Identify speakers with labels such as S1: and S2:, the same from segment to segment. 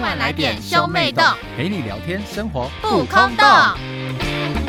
S1: 快来点兄妹洞，
S2: 陪你聊天，生活
S1: 不空洞。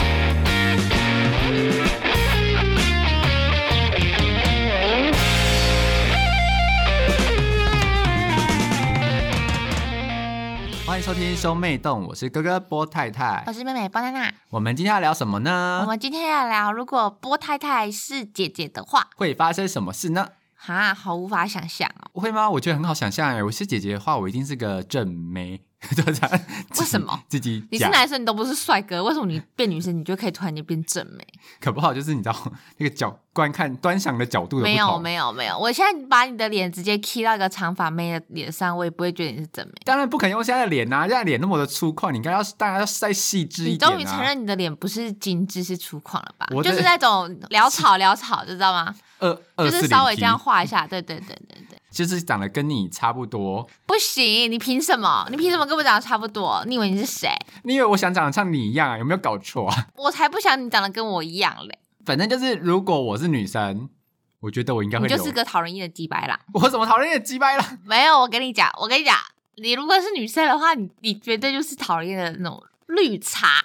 S2: 欢迎收听兄妹洞，我是哥哥波太太
S1: 我。是妹妹包娜娜，
S2: 我们今天要聊什么
S1: 呃我
S2: 呢？
S1: 们今天要聊，如果波太太是姐姐的话，
S2: 会发生什么事呢？
S1: 哈，好无法想象哦。
S2: 会吗？我觉得很好想象哎，我是姐姐的话，我一定是个正妹， 就这样。
S1: 为什么
S2: 自己
S1: 你是
S2: 讲？
S1: 男生，你都不是帅哥，为什么你变女生，你就可以突然间变正美？
S2: 可不好，就是你知道那个角观看端详的角度的不
S1: 没有，
S2: 同。
S1: 没有，没有。我现在把你的脸直接 key 到一个长发妹的脸上，我也不会觉得你是正美。
S2: 当然不肯用现在的脸呐、啊，现在脸那么的粗犷，你应该要当然要再细致
S1: 你
S2: 一点、啊。
S1: 终于承认你的脸不是精致，是粗犷了吧？
S2: 我的
S1: 就是那种潦草潦草，知道吗？
S2: 二
S1: 就
S2: 二
S1: 是
S2: 四
S1: 稍微这样，画一下，对对对对对。
S2: 就是长得跟你差不多。
S1: 不行，你凭什么？你凭
S2: 嗯
S1: 什么跟我长得差不多？你以为你是谁？
S2: 你以为我想长得像你一样啊？有没有搞错啊？
S1: 我才不想你长得跟我一样嘞！
S2: 反正就是，如果我是女生，我觉得我应该会
S1: 你
S2: 留。
S1: 就是个讨人厌的鸡白狼。
S2: 我怎么讨人厌鸡掰了？
S1: 没有，我跟你讲，我跟你讲，你如果是女生的话，你你绝对就是讨人厌的那种绿茶，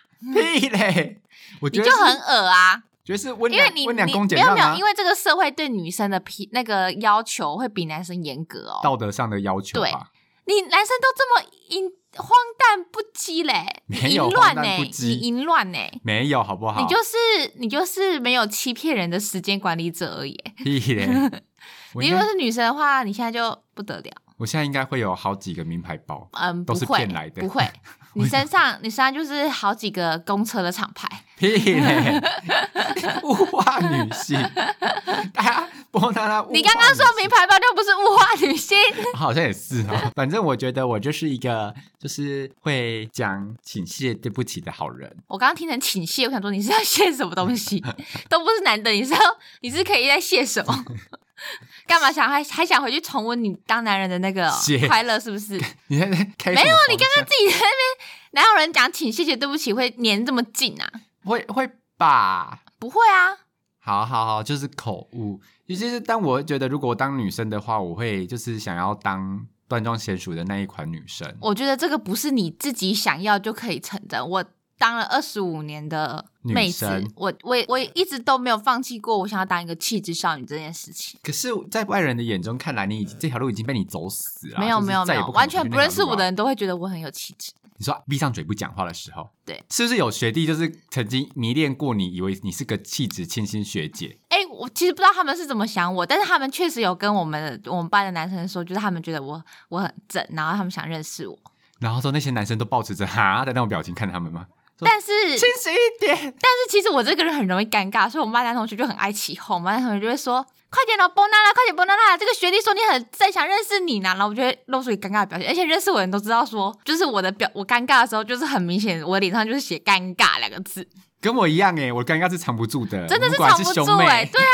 S2: 屁嘞！我
S1: 嗯你
S2: 觉得
S1: 就是很恶啊。
S2: 觉得是温
S1: 因为
S2: 良
S1: 你
S2: 温良
S1: 你
S2: 恭俭
S1: 没有
S2: 让
S1: 没有，
S2: 啊
S1: 因，为这个社会对女生的批那个要求会比男生严格哦。
S2: 道德上的要求啊吧。
S1: 你男生都这么淫荒诞不羁嘞，你
S2: 没有
S1: 淫乱
S2: 荒
S1: 呢，
S2: 诞不羁
S1: 你淫乱呢，
S2: 没有好不好？
S1: 你就是你就是没有欺骗人的时间管理者而已。
S2: 屁嘞！我
S1: 你
S2: 应
S1: 如
S2: 该
S1: 果是女生的话，你现在就不得了。
S2: 我现在应该会有好几个名牌包，
S1: 嗯，不
S2: 都是
S1: 会
S2: 骗来的
S1: 不会。你身上，你身上就是好几个公车的厂 牌，
S2: 屁 嘞！物化女性，大家波娜娜物化女
S1: 你
S2: 性，
S1: 刚刚说名牌包就不是物化女性，
S2: 好像也是哦。反正我觉得我就是一个就是会讲请谢对不起的好人。
S1: 我刚刚听成请谢，我想说你是要谢什么东西，都不是男的，你是要你是可以在谢什 么？干嘛想还还想回去重温你当男人的那个
S2: 谢
S1: 快乐是不是？自
S2: 你在开
S1: 没啊
S2: 有？你
S1: 刚
S2: 刚
S1: 己在那边哪有人讲请谢谢对不起会粘这么近啊？
S2: 会会吧？
S1: 不会啊，
S2: 好好好，就是口误。尤其是但我觉得，如果我当女生的话，我会就是想要当端庄娴熟的那一款女生。
S1: 我觉得这个不是你自己想要就可以成的。我当了二十五年的妹子
S2: 女生，
S1: 我我也我也一直都没有放弃过我想要当一个气质少女这件事情。
S2: 可是，在外人的眼中看来，你已经这条路已经被你走死了。
S1: 没有
S2: 就是
S1: 没有
S2: 再
S1: 没
S2: 也
S1: 有，
S2: 不可能
S1: 完全
S2: 去那
S1: 不
S2: 条
S1: 认识
S2: 路
S1: 我的
S2: 啊。
S1: 人都会觉得我很有气质。
S2: 你说闭上嘴不讲话的时候，
S1: 对，
S2: 是不是有学弟就是曾经迷恋过你，以为你是个气质清新学姐？
S1: 哎、我其实不知道他们是怎么想我，但是他们确实有跟我们我们班的男生说，就是他们觉得我我很正，然后他们想认识我。
S2: 然后说那些男生都抱持着哈的那种表情看他们吗？
S1: 但是但
S2: 清醒一点，
S1: 是其实我这个人很容易尴尬，所以我们班男同学就很爱起哄，我们班同学就会说：“快点了，崩娜娜，快点崩娜娜！这个学弟说你很正，想认识你呢。”然后我就会露出一个尴尬的表情，而且认识我的人都知道说，就是我的表我尴尬的时候，就是很明显我脸上就是写尴尬两个字。
S2: 跟我一样哎，我尴尬是藏不住的，
S1: 真的是
S2: 我们果然
S1: 藏
S2: 是
S1: 不
S2: 兄
S1: 住
S2: 妹
S1: 哎、对啊。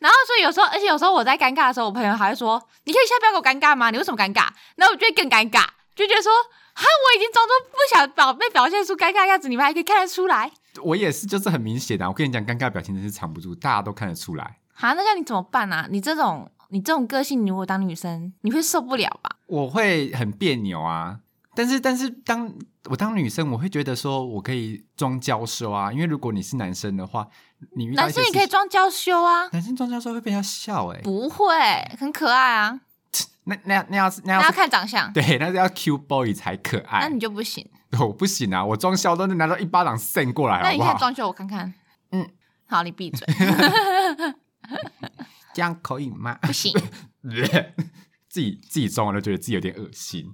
S1: 然后所以有时候，而且有时候我在尴尬的时候，我朋友还会说：“你可以先不要给我尴尬吗？你为什么尴尬？”然后我就会更尴尬，就觉得说：“哈，我已经装作不想表被表现出尴尬的样子，你们还可以看得出来。
S2: 我也是，就是很明显的、我跟你讲，尴尬表情真是藏不住，大家都看得出来。”
S1: 哈，那叫你怎么办啊？你这种你这种个性，你如果当女生，你会受不了吧？
S2: 我会很别扭啊，但是但是当我当女生，我会觉得说我可以装娇羞啊，因为如果你是男生的话，你遇到
S1: 男
S2: 一些
S1: 生也可以
S2: 事情，
S1: 装娇羞啊，
S2: 男生装娇羞会被他笑哎、
S1: 不会，很可爱啊。
S2: 那那那要是
S1: 那
S2: 那要
S1: 要
S2: 哎是
S1: 看长相，
S2: 对，哎那是要 Q boy 才可
S1: 那
S2: 爱
S1: 你。就不行。
S2: 我不行啊，我装娇都能拿到一巴掌扇过来，
S1: 那
S2: 哎好
S1: 你
S2: 不
S1: 现在
S2: 好？
S1: 装修我看看。
S2: 嗯，
S1: 好，你闭嘴，
S2: 这样可以吗？
S1: 不行。
S2: 自己自己装完都觉得自己有点恶心。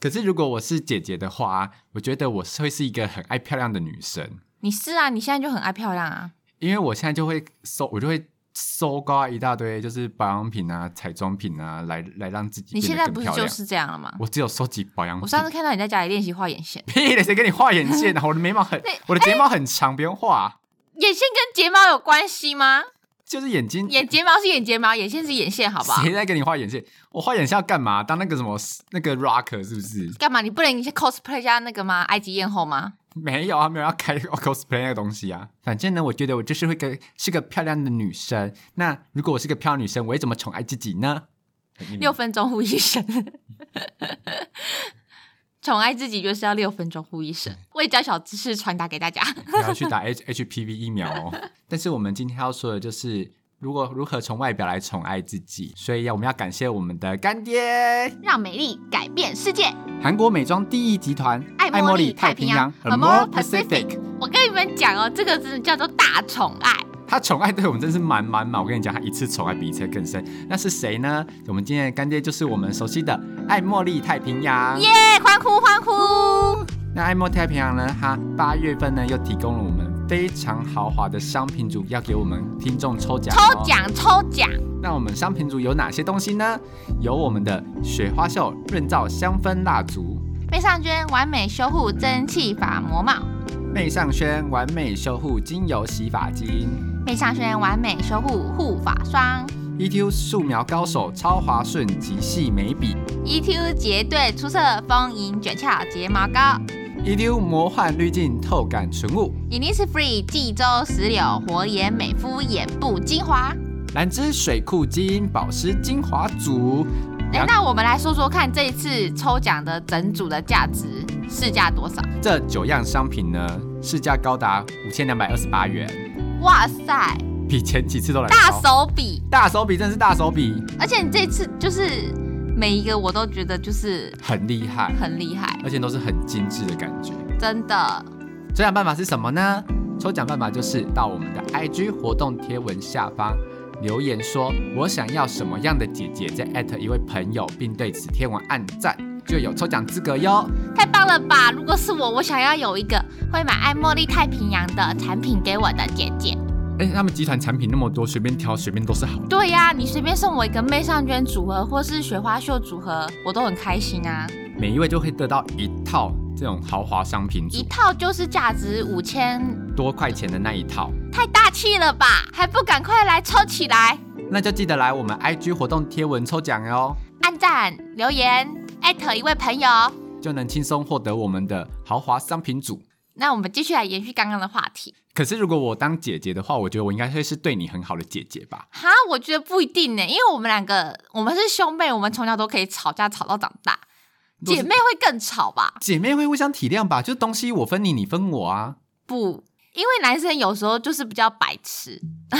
S2: 可是如果我是姐姐的话，啊我觉得我是会是一个很爱漂亮的女生，
S1: 你是啊，你现在就很爱漂亮啊。
S2: 因为我现在就会搜，我就会搜刮一大堆就是保养品啊、彩妆品啊，来来让自己
S1: 你
S2: 变
S1: 现
S2: 得
S1: 在
S2: 更
S1: 不是
S2: 漂
S1: 就
S2: 亮。嗯
S1: 是这样了吗？
S2: 我只有收集保养品。
S1: 我上次看到你在家里练习画眼线，
S2: 屁嘞，谁给你画眼线 啊？我的眉毛很
S1: 那，
S2: 我的睫毛很长，不用画，啊
S1: 眼线跟睫毛有关系吗？
S2: 就是眼睛。
S1: 眼睫毛是眼睫毛，眼线是眼线，好不好？
S2: 谁在给你画眼线？我画眼线要干嘛？当那个什么那个 rocker 是不是？
S1: 干嘛？你不能 cosplay 加那个吗？埃及艳后吗？
S2: 没有啊，没有要开 cosplay 那个东西啊。反正呢，我觉得我就是会个是个漂亮的女生。那如果我是个漂亮女生，我会怎么宠爱自己呢？
S1: 六分钟呼一声，宠爱自己就是要六分钟呼一声，未教小知识传达给大家。
S2: 不要去打 H HPV 疫 苗哦。但是我们今天要说的就是，如果如何从外表来宠爱自己，所以要我们要感谢我们的干爹
S1: 让美丽改变世界，
S2: 韩国美妆第一集团
S1: 爱茉莉太平洋
S2: a m o r
S1: Amore Pacific。我跟你们讲哦，这个真的叫做大宠爱。
S2: 他宠爱对我们真是满满满，我跟你讲，他一次宠爱比一次更深。那是谁呢？我们今天的干爹就是我们熟悉的爱茉莉太平洋。
S1: 耶、欢呼欢呼！
S2: 那爱茉莉太平洋呢，它八月份呢又提供了我们非常豪华的商品组，要给我们听众抽奖、哦
S1: 抽。奖抽奖，
S2: 那我们商品组有哪些东西呢？有我们的雪花秀润燥香氛蜡烛、
S1: 贝尚娟完美修护蒸汽法膜帽，
S2: 魅尚轩完美修护精油洗发精、
S1: 贝尚轩完美修护护发霜
S2: ETU 素描高手超滑顺及细眉笔、
S1: ，EQ E 结对出色丰盈卷翘睫毛膏
S2: ETU 魔幻滤镜透感唇雾、
S1: ，Innisfree 济州石榴活颜美肤眼部精华。
S2: 兰芝水库基因保湿精华组。
S1: 哎、那我们来说说看，这一次抽奖的整组的价值市价多少？
S2: 这九样商品呢，市价高达五千两百二十八元，
S1: 哇塞，
S2: 比前几次都来
S1: 大
S2: 高
S1: 手笔！
S2: 大手笔，真的是大手笔，
S1: 而且你这次就是每一个我都觉得就是
S2: 很厉害，
S1: 很厉害，
S2: 而且都是很精致的感觉。
S1: 真的。
S2: 抽奖办法是什么呢？抽奖办法就是到我们的 IG 活动贴文下方留言说“我想要什么样的姐姐”，再艾特一位朋友，并对此贴文按赞，就有抽奖资格哟。
S1: 太棒了吧！如果是我，我想要有一个会买爱茉莉太平洋的产品给我的姐姐。
S2: 哎，他们集团产品那么多，随便挑随便都是好。
S1: 对呀、你随便送我一个媚尚娟组合或是雪花秀组合，我都很开心啊！
S2: 每一位就会得到一套这种豪华商品
S1: 一
S2: 组，
S1: 套就是价值五千，
S2: 多块钱的那一套。
S1: 太大气了吧？还不赶快来抽起来！
S2: 那就记得来我们 IG 活动贴文抽奖哦，
S1: 按赞、留言、艾特一位朋友。
S2: 就能轻松获得我们的豪华商品组。
S1: 那我们继续来延续刚刚的话题。
S2: 可是如果我当姐姐的话，我觉得我应该会是对你很好的姐姐吧？
S1: 哈，我觉得不一定呢，因为我们两个我们是兄妹，我们从小都可以吵架吵到长大，
S2: 都是
S1: 姐妹会更吵吧？
S2: 姐妹会互相体谅吧？就是东西我分你，你分我啊。
S1: 不，因为男生有时候就是比较白痴，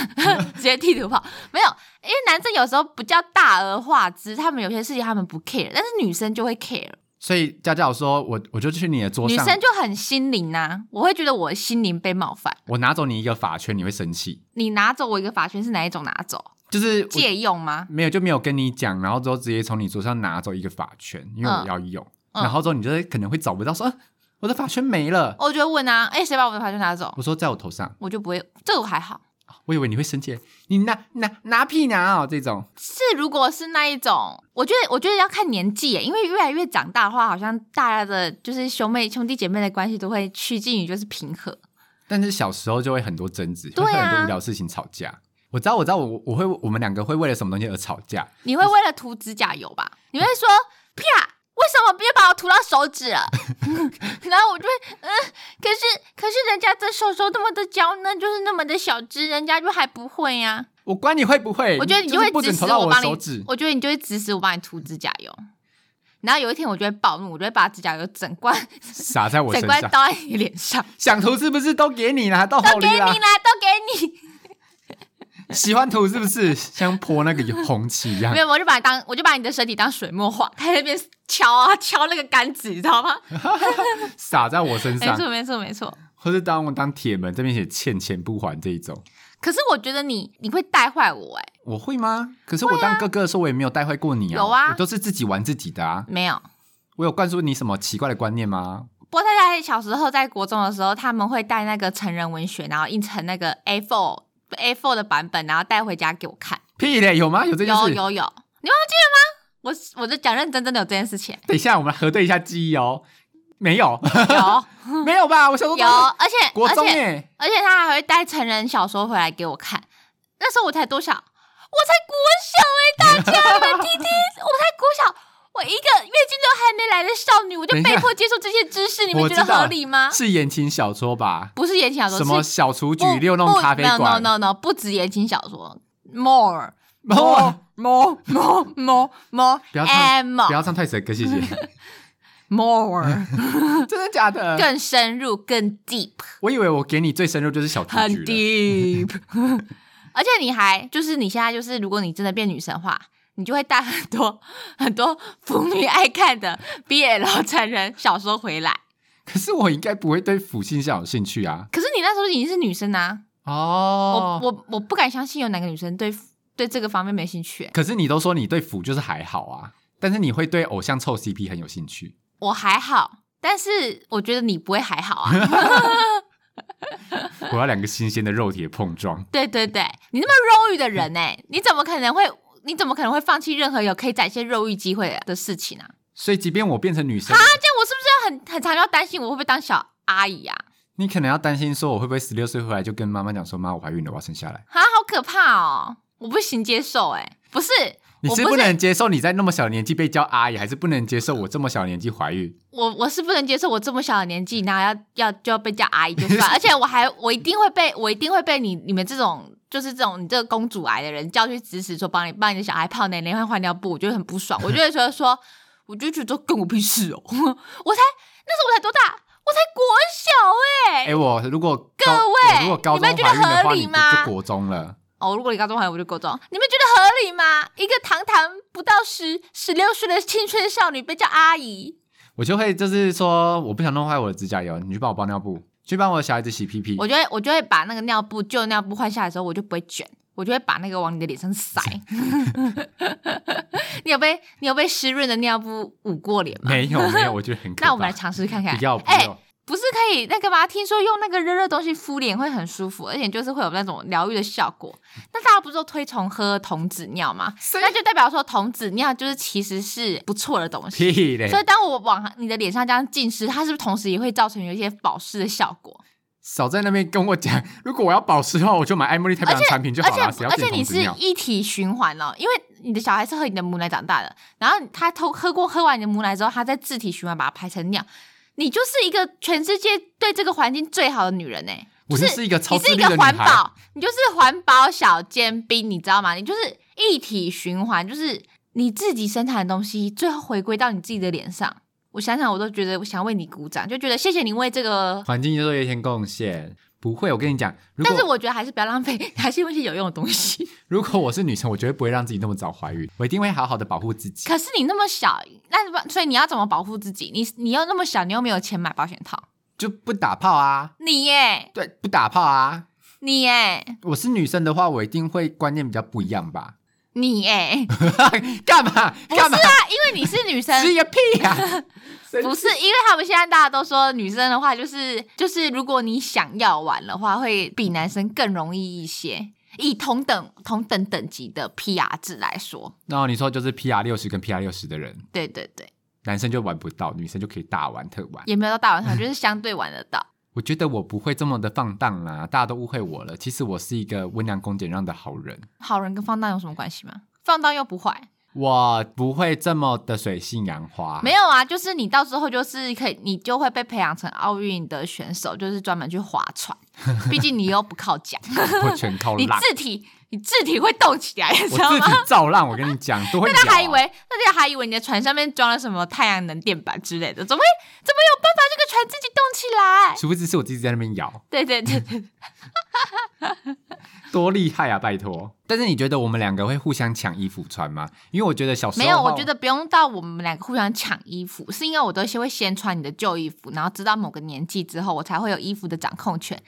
S1: 直接地图炮没有，因为男生有时候比较大而化之，他们有些事情他们不 care，但是女生就会 care，
S2: 所以佳佳我说我我就去你的桌
S1: 女
S2: 上，
S1: 生就很心灵呐、我会觉得我的心灵被冒犯。
S2: 我拿走你一个法圈，你会生气。
S1: 你拿走我一个法圈是哪一种拿走？
S2: 就是我
S1: 借用吗？
S2: 没有就没有跟你讲，然后之后直接从你桌上拿走一个法圈，因为我
S1: 嗯
S2: 要用。
S1: 嗯
S2: 然后之后你就会可能会找不到说，啊、我的法圈没了。
S1: 我就会问啊，哎、谁把我的法圈拿走？
S2: 我说在我头上，啊
S1: 我就不会，这个我还好。
S2: 我以为你会生气，你拿拿拿屁拿哦这种。
S1: 是，如果是那一种，我觉得我觉得要看年纪耶，因为越来越长大的话，好像大家的就是兄妹兄弟姐妹的关系都会趋近于就是平和。
S2: 但是小时候就会很多争执，
S1: 对啊
S2: 会很多无聊的事情吵架。我知道，我知道，我我会我们两个会为了什么东西而吵架？
S1: 你会为了涂指甲油吧？你会说啪，为什么别把我涂到手指了？ 然后我就会嗯，可是可是人家的手手那么的娇嫩，就是那么的小只，人家就还不会呀、
S2: 我管你会不会？
S1: 我觉得你
S2: 就
S1: 会
S2: 是不
S1: 指
S2: 准
S1: 使
S2: 投到
S1: 帮你
S2: 手指，
S1: 我觉得你就会指使我帮你涂指甲油。然后有一天我就会暴怒，我就会把指甲油整罐
S2: 撒在我
S1: 整
S2: 身
S1: 罐
S2: 上。
S1: 倒在你脸上，
S2: 想涂是不是都给你啦？到
S1: 都
S2: 后
S1: 给你
S2: 里啦
S1: 啦，，都给你。
S2: 喜欢涂是不是？像泼那个红旗一样
S1: 没。有，我就把你当我就把你的身体当水墨画，在那边敲啊敲那个杆子，你知道吗？
S2: 撒在我身
S1: 没
S2: 上，
S1: 错，没错，没错。
S2: 或是当我当铁门这边写欠钱不还这一种，
S1: 可是我觉得你你会带坏我哎、
S2: 我会吗？可是我当哥哥的时候，我也没有带坏过你
S1: 啊
S2: 啊，
S1: 有啊
S2: 我都是自己玩自己的啊。
S1: 没有。
S2: 我有灌输你什么奇怪的观念吗？
S1: 波太太小时候在国中的时候，他们会带那个成人文学，然后印成那个 A4 A4 的版本，然后带回家给我看。
S2: 屁嘞，啊有吗？有这件
S1: 有
S2: 事？
S1: 有有，你忘记了吗？我我就讲认真，真的有这件事 情。
S2: 等一下，我们核对一下记忆哦。没 有，
S1: 有
S2: 没有吧？我小时候都
S1: 有，而且
S2: 国
S1: 而
S2: 中
S1: 且
S2: 耶，
S1: 而且他还会带成人小说回来给我看。那时候我才多少？我才国小哎、大家你们听听，我才国小，我一个月经都还没来的少女，我就
S2: 等一下
S1: 被迫接受这些知识，你
S2: 我
S1: 们觉
S2: 知
S1: 得
S2: 道
S1: 合理吗？
S2: 是言情小说吧？
S1: 不是言情小说，
S2: 什么
S1: 啊是
S2: 小雏
S1: 不
S2: 菊六弄
S1: 不
S2: 咖啡
S1: No
S2: 馆？
S1: no no no，不止言情小 说，more
S2: 哦
S1: more more more more
S2: 不要唱
S1: and more
S2: 不要唱太神歌，谢谢。
S1: more
S2: 真的假的？
S1: 更深入、更 deep、
S2: 我以为我给你最深入就是小雏
S1: 很
S2: 菊了，
S1: deep，而 且你还就是你现在就是，如果你真的变女神化，你就会带很多 很多腐女爱看的 BL 成人小说回来。
S2: 可是我应该不会对腐性向有兴趣啊。
S1: 可是你那时候已经是女生啊，
S2: 哦，
S1: 我我我不敢相信有哪个女生对对这个方面没兴趣欸、
S2: 可是你都说你对腐就是还好啊，但是你会对偶像臭 CP 很有兴 趣。
S1: 我还好，但是我觉得你不会还好啊。
S2: 我要两个新鲜的肉体碰撞。
S1: 对对对，你那么肉欲的人呢、你怎么可能会？你怎么可能会放弃任何有可以展现肉欲机会的事情啊？
S2: 所以即便我变成女生，
S1: 那这样我是不是要很很常要担心我会不会当小阿姨啊？
S2: 你可能要担心说我会不会十六岁回来就跟妈妈讲说妈我怀孕了我要生下来。
S1: 啊，好可怕哦！我不行接受哎、不是，
S2: 你
S1: 我
S2: 是
S1: 不
S2: 不
S1: 是
S2: 能接受你在那么小的年纪被叫阿姨，还是不能接受我这么小的年纪怀孕？
S1: 我我是不能接受我这么小的年纪，然后要要就要被叫阿姨就算，而且我还我一定会被我一定会被你你们这种就是这种你这个公主癌的人叫去指使说帮你帮你的小孩泡奶奶换换尿布，我就会很不爽，我就会觉得说，我就觉得跟我屁事哦，我 才那时候我才多大，我才国小哎、
S2: 哎、我如果
S1: 各
S2: 高
S1: 位
S2: 我如果高
S1: 你们
S2: 中
S1: 觉得
S2: 怀孕的
S1: 合
S2: 话，
S1: 理
S2: 你不
S1: 吗
S2: 就国中了？
S1: 哦，如果你高中还有我就高中，你们觉得合理吗？一个堂堂不到十十六岁的青春少女被叫阿姨，
S2: 我就会就是说我不想弄坏我的指甲油，你去帮我包尿布，去帮我的小孩子洗屁屁。
S1: 我就会我就会把那个尿布旧尿布换下来的时候，我就不会卷，我就会把那个往你的脸上 塞。你有被你有被湿润的尿布捂过脸吗？
S2: 没有没有，我觉得很可怕。
S1: 那我们来尝试看看。
S2: 不要不
S1: 哎、
S2: 要，
S1: 不是可以那个吗？听说用那个热热东西敷脸会很舒服，而且就是会有那种疗愈的效果。那大家不是都推崇喝童子尿吗？
S2: 嗯所以
S1: 那就代表说童子尿就是其实是不错的东西。
S2: 屁嘞
S1: 所！以当我往你的脸上这样浸湿，它是不是同时也会造成有一些保湿的效果？
S2: 少在那边跟我讲，如果我要保湿的话，我就买艾茉莉太白的产品就
S1: 而
S2: 好
S1: 且
S2: 了，谁要
S1: 而
S2: 健
S1: 且你
S2: 康
S1: 是
S2: 尿？
S1: 一体循环哦，因为你的小孩是喝你的母奶长大的，然后他偷喝过喝完你的母奶之后，他再自体循环把它排成尿，你就是一个全世界对这个环境最好的女人呢、欸
S2: 我
S1: 就是
S2: 一个超
S1: 你
S2: 自
S1: 是一
S2: 律
S1: 个
S2: 的女
S1: 环
S2: 孩，
S1: 保，你就是环保小尖兵，你知道吗？你就是一体循环，就是你自己生产的东西，最后回归到你自己的脸上。我想想，我都觉得我想为你鼓掌，就觉得谢谢你为这个。
S2: 环境作业一天贡献。不会，我跟你讲，如
S1: 但是
S2: 果
S1: 我觉得还是不要浪费， 还是用一些有用的东西。
S2: 如果我是女生，我绝对不会让自己那么早怀孕，我一定会好好的保护 自己。
S1: 可是你那么小，那所以你要怎么保护自己？你你又那么小，你又没有钱买保险套，
S2: 就不打炮啊，
S1: 你耶，
S2: 对，不打炮啊。
S1: 你耶，
S2: 我是女生的话，我一定会观念比较不一样吧？
S1: 你耶，
S2: 干嘛？
S1: 不是
S2: 干嘛？
S1: 啊，因为你是女 生，
S2: 吃一个屁啊呀、生
S1: 不是，因为他们现在大家都说女生的话就是就是，如果你想要玩的话，会比男生更容易一些。以同等同等等级的 PR 值来说，
S2: 然后你说就是 PR 六十跟 PR 六十的人，
S1: 对对对，
S2: 男生就玩不到，女生就可以大玩特玩。
S1: 也没有到大 晚上，就是相对玩得到。
S2: 我觉得我不会这么的放荡啦、大家都误会我了。其实我是一个温良恭俭让的好人，
S1: 好人跟放荡有什么关系吗？放荡又不坏，
S2: 我不会这么的水性杨花。
S1: 没有啊，就是你到时候就是可以，你就会被培养成奥运的选手，就是专门去划船。毕竟你又不靠 桨，
S2: 有，我全 靠
S1: 你
S2: 浪，
S1: 字体你字体会动起来，你
S2: 我
S1: 知道
S2: 自
S1: 吗
S2: 己？造浪。我跟你讲，都会、
S1: 大
S2: 啊。
S1: 家还以为，大家还以为你的船上面装了什么太阳能电板之类的，怎么会怎么有办法这个船自己动起来？
S2: 殊不知是我自己在那边摇，
S1: 对对对对，
S2: 多厉害啊！拜托。但是你觉得我们两个会互相抢衣服穿吗？因为我觉得小时候
S1: 没有，
S2: 的话
S1: 我觉得不用到我们两个互相抢衣服，是因为我都先会先穿你的旧衣服，然后直到某个年纪之后，我才会有衣服的掌控权。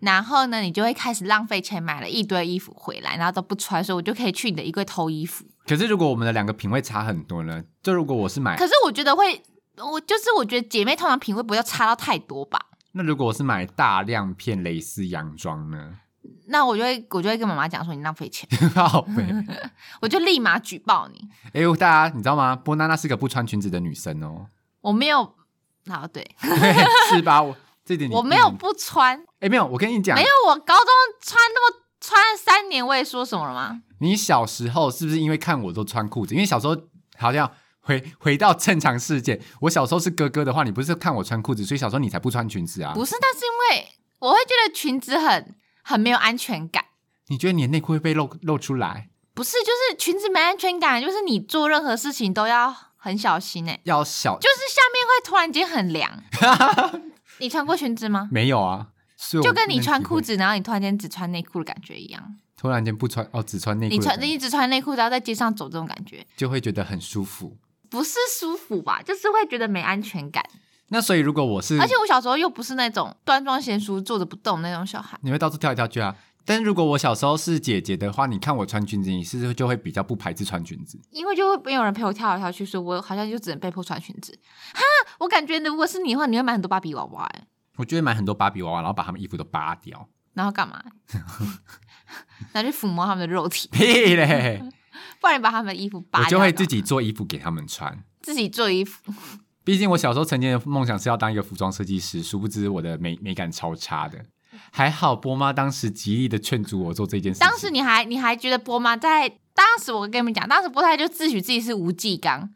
S1: 然后呢，你就会开始浪费钱买了一堆衣服回来，然后都不穿，所以我就可以去你的衣柜偷衣服。
S2: 可是如果我们的两个品味差很多呢？就如果我是 买
S1: 可是我觉得会，我就是我觉得姐妹通常品味不要差到太多吧。
S2: 那如果我是买大量片蕾丝洋装呢？
S1: 那我就会，我就会跟妈妈讲说你浪费钱，
S2: 好呗。
S1: 我就立马举报你。
S2: 哎、大家你知道吗？波娜娜是个不穿裙子的女生哦，
S1: 我没有，啊对，
S2: 对，是吧？我这 点你
S1: 我没有不穿，
S2: 哎、没有，我跟你讲
S1: 没，有，我高中穿那么穿了三年，我也说什么了吗？
S2: 你小时候是不是因为看我都穿裤子？因为小时候好像回回到正常世界，我小时候是哥哥的话，你不是看我穿裤子，所以小时候你才不穿裙子啊？
S1: 不是，但是因为我会觉得裙子很很没有安全感，
S2: 你觉得你的内裤会被露露出来？
S1: 不是，就是裙子没安全感，就是你做任何事情都要很小心哎、
S2: 要小
S1: 就是下面会突然间很 凉。你穿过裙子吗？
S2: 没有啊，是我
S1: 就跟你
S2: 不能
S1: 穿
S2: 体
S1: 裤
S2: 会，
S1: 子，然后你突然间只穿内裤的感觉一样。
S2: 突然间不穿哦，只穿内裤
S1: 你
S2: 的感
S1: 穿
S2: 觉，
S1: 你只穿内裤，然后在街上走这种感觉，
S2: 就会觉得很舒服。
S1: 不是舒服吧？就是会觉得没安全感。
S2: 那所以如果我是，
S1: 而且我小时候又不是那种端庄贤淑、坐着不动那种小孩。
S2: 你会到处跳来跳去啊。但是如果我小时候是姐姐的话，你看我穿裙子，你是不是就会比较不排斥穿裙子？
S1: 因为就会没有人陪我跳来跳去，所以我好像就只能被迫穿裙子。哈，我感觉如果是你的话，你会买很多芭比娃娃、欸，
S2: 我就会买很多芭比娃娃，然后把他们衣服都扒掉。
S1: 然后干嘛？ 然后去抚摸他们的肉体，
S2: 屁嘞！
S1: 不然你把他们的衣服 扒
S2: 我
S1: 掉。
S2: 就会自己做衣服给他们穿。
S1: 自己做衣服，
S2: 毕竟我小时候曾经的梦想是要当一个服装设计师，殊不知我的美美感超 差的。还好波妈当时极力的劝阻我做这件事情。
S1: 当时你还你还觉得波妈在，当时我跟你们讲，当时波太就自诩自己是吴继刚，